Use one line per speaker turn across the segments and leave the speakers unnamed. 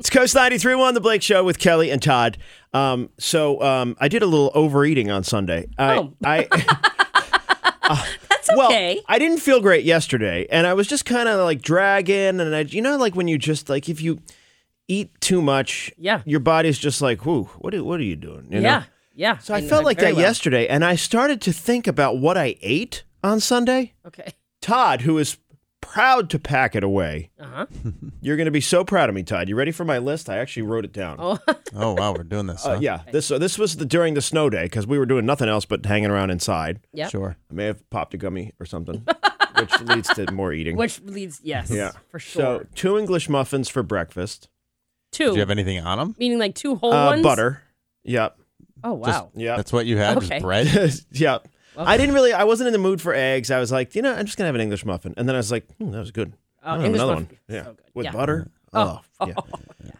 It's Coast 931, The Blake Show with Kelly and Todd. Um, so um, I did a little overeating on Sunday. I,
Oh.
I,
That's okay.
Well, I didn't feel great yesterday, and I was just kind of like dragging, and I, you know, like when you just like if you eat too much,
Yeah.
your body's just like, whoo, what are, what are you doing? You know?
yeah. Yeah.
So I
know
felt like
very
that
well.
yesterday, and I started to think about what I ate on Sunday.
Okay.
Todd, who is proud to pack it away,
Uh huh.
you're going to be so proud of me, Todd. You ready for my list? I actually wrote it down.
Oh,
Oh wow, we're doing this.
Uh,
huh?
yeah, this so this was the, during the snow day because we were doing nothing else but hanging around inside.
yeah.
Sure.
I may have popped a gummy or something, which leads to more eating.
Which leads, yes.
Yeah.
For
So
sure.
two English muffins for breakfast,
two.
Did you have anything on them?
meaning like two whole
uh,
ones?
butter. Yep,
Oh, wow.
yep,
That's what you had.
Okay.
Just bread.
yep. I didn't really. I wasn't in the mood for eggs. I was like, you know, I'm just gonna have an English muffin, and then I was like, hmm, that was good.
Oh,
I'll have
English
another
muffin.
one, yeah,
So good.
with
yeah.
butter. Oh, yeah.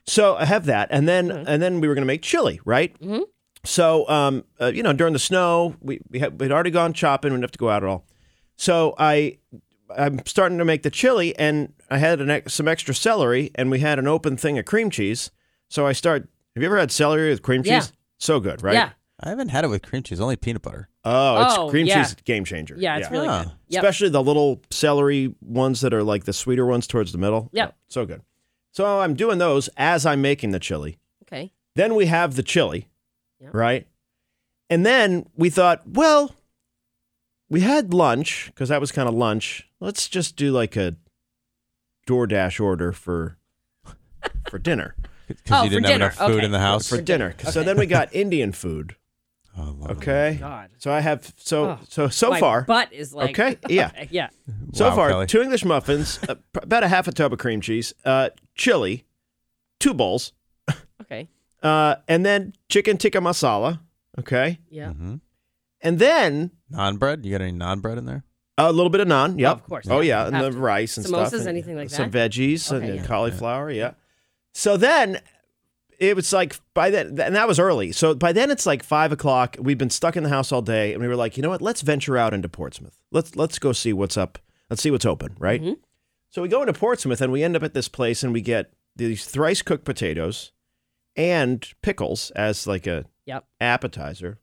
So I have that, and then
Mm-hmm.
and then we were gonna make chili, right?
Mhm.
So, um, uh, you know, during the snow, we we had we'd already gone chopping. We didn't have to go out at all. So I I'm starting to make the chili, and I had an, ex- some extra celery, and we had an open thing of cream cheese. So I start. Have you ever had celery with cream cheese?
Yeah.
So good, right?
Yeah.
I haven't had it with cream cheese. Only peanut butter.
Oh, it's
Oh,
cream
yeah.
cheese game changer.
Yeah. It's really
Yeah.
good. Yep.
Especially the little celery ones that are like the sweeter ones towards the middle.
Yeah.
So good. So I'm doing those as I'm making the chili.
okay.
Then we have the chili,
Yeah.
right? And then we thought, well, we had lunch because that was kind of lunch. Let's just do like a DoorDash order for for dinner.
Because
Oh,
you
for
didn't have enough
dinner.
food
Okay.
in the house.
For dinner. So then we got Indian food.
Oh, lovely.
Okay.
God.
So I have so
Oh,
so so
My
far.
butt is like.
okay. Yeah.
Yeah.
So
Wow,
far,
Kelly.
two English muffins, uh, pr- about a half a tub of cream cheese, uh, chili, two bowls,
Okay.
uh, and then chicken tikka masala. Okay,
Yeah.
Mhm.
and then
Naan bread. You got any naan bread in there?
a little bit of naan. Yep,
of course,
Oh
yeah.
yeah, and
Have
the rice and
samosas,
stuff. and
anything like
Some veggies
Okay,
and
yeah.
cauliflower. Yeah. So then. It was like by then, and that was early. So by then it's like five o'clock. We've been stuck in the house all day, and we were like, you know what? Let's venture out into Portsmouth. Let's let's go see what's up. Let's see what's open, right?
Mhm.
So we go into Portsmouth and we end up at this place and we get these thrice cooked potatoes and pickles as like a
Yep.
appetizer.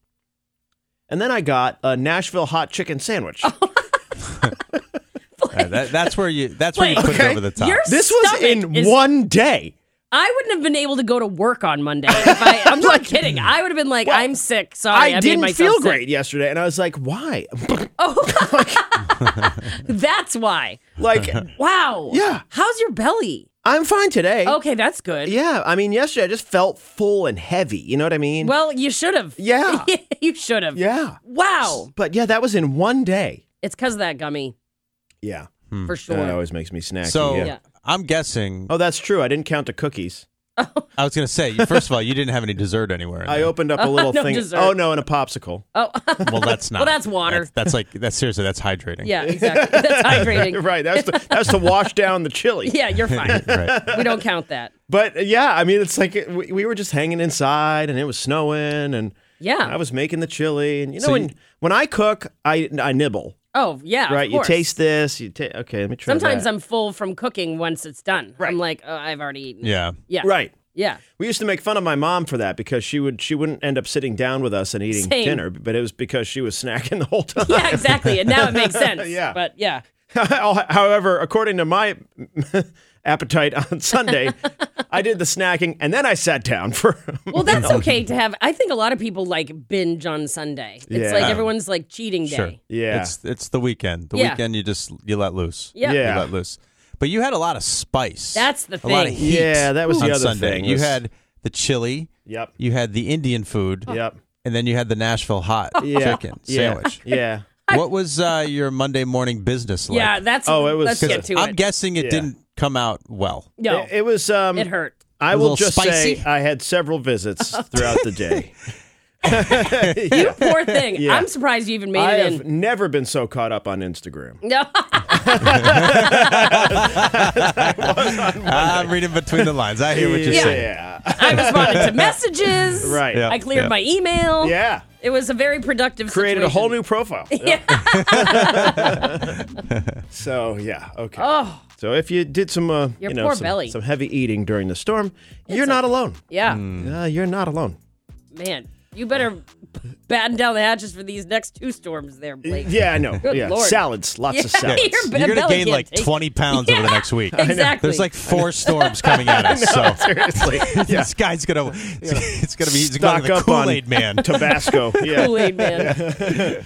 And then I got a Nashville hot chicken sandwich.
Uh, that, that's where you. That's where you
Wait.
put
Okay.
it over the top.
You're-
this was in
stomach is-
one day.
I wouldn't have been able to go to work on Monday. If I, I'm not kidding. I would have been like,
Well,
I'm sick. Sorry. I,
I
made
didn't
myself
feel
sick.
great yesterday and I was like, why?
Oh, that's why.
like,
Wow.
Yeah.
How's your belly?
I'm fine today.
Okay, that's Oh, good.
Yeah. I mean, yesterday I just felt full and heavy. You know what I mean?
Well, you should have.
Yeah.
you should have.
yeah.
Wow.
But yeah, that was in one day.
It's because of that gummy,
Yeah.
for
That
sure.
always makes me snacky.
so
yeah.
Yeah.
I'm guessing.
Oh, that's true. I didn't count the cookies.
I was gonna say. First of all, you didn't have any dessert anywhere. in
I
there.
opened up a little
No
thing.
dessert.
Oh no, and a popsicle.
Oh,
Well, that's not.
Well, that's water.
That's, that's like. That's seriously. That's hydrating.
yeah, exactly. That's hydrating.
right. That's to, that's to wash down the chili.
Yeah, you're fine.
Right.
We don't count that.
But uh, yeah, I mean, it's like it, we, we were just hanging inside, and it was snowing, and I
Yeah.
was making the chili, and you know,
So
when
you-
when I cook, I I nibble.
Oh, yeah. of
Right. You
course.
taste this. You ta- okay. Let me try.
Sometimes
that.
I'm full from cooking once it's done.
Right.
I'm like, oh, I've already eaten.
Yeah.
Yeah.
right.
Yeah.
We used to make fun of my mom for that because she would she wouldn't end up sitting down with us and eating
Same.
dinner, but it was because she was snacking the whole time.
Yeah, exactly. And now it makes sense.
Yeah.
But yeah.
However, according to my appetite on Sunday, I did the snacking and then I sat down for.
Well, that's okay to have. I think a lot of people like binge on Sunday. It's
Yeah.
like everyone's like cheating day.
Sure.
Yeah.
It's it's the weekend. The
Yeah.
weekend you just you let loose.
Yep.
Yeah.
You let loose. But you had a lot of spice.
That's the
A lot of
thing.
heat.
Yeah, that was the
on
other
Sunday.
thing,
You
was-
had the chili.
Yep.
You had the Indian food.
Yep.
And then you had the Nashville hot
Yeah.
chicken
Yeah.
sandwich.
Yeah.
What was uh, your Monday morning business like?
Yeah, that's.
Oh, it was-
Let's
'Cause
get to
I'm
it.
guessing it
Yeah.
didn't come out well.
no,
It, it was. Um,
it hurt.
I
A
will
little
just say
spicy?
I had several visits throughout the day.
You poor thing.
Yeah.
I'm surprised you even made
I
it
have
in.
never been so caught up on Instagram.
No,
I'm reading between the lines. I hear what you're
yeah.
saying.
I responded to messages.
Right. Yeah.
I cleared
Yeah.
my email.
Yeah.
It was a very productive.
Created a whole
situation.
new profile. Yeah. so yeah. Okay.
Oh,
So if you did some, uh,
Your
you know,
poor
some,
belly.
some heavy eating during the storm, you're not alone.
Yeah.
Uh, you're not alone.
Man, you better batten down the hatches for these next two storms there, Blake.
Yeah, I know.
Good
yeah,
Lord.
salads, lots of
Yeah.
salads.
Your
You're
be-
going to
belly
gain
can't
like
take it.
20 pounds over the next week.
Exactly.
There's like four storms coming at us. So
Seriously, yeah.
this guy's going to, it's going to be, he's
Stock
going to be the
up on
Kool-Aid man.
Tabasco. Yeah,
Kool-Aid man.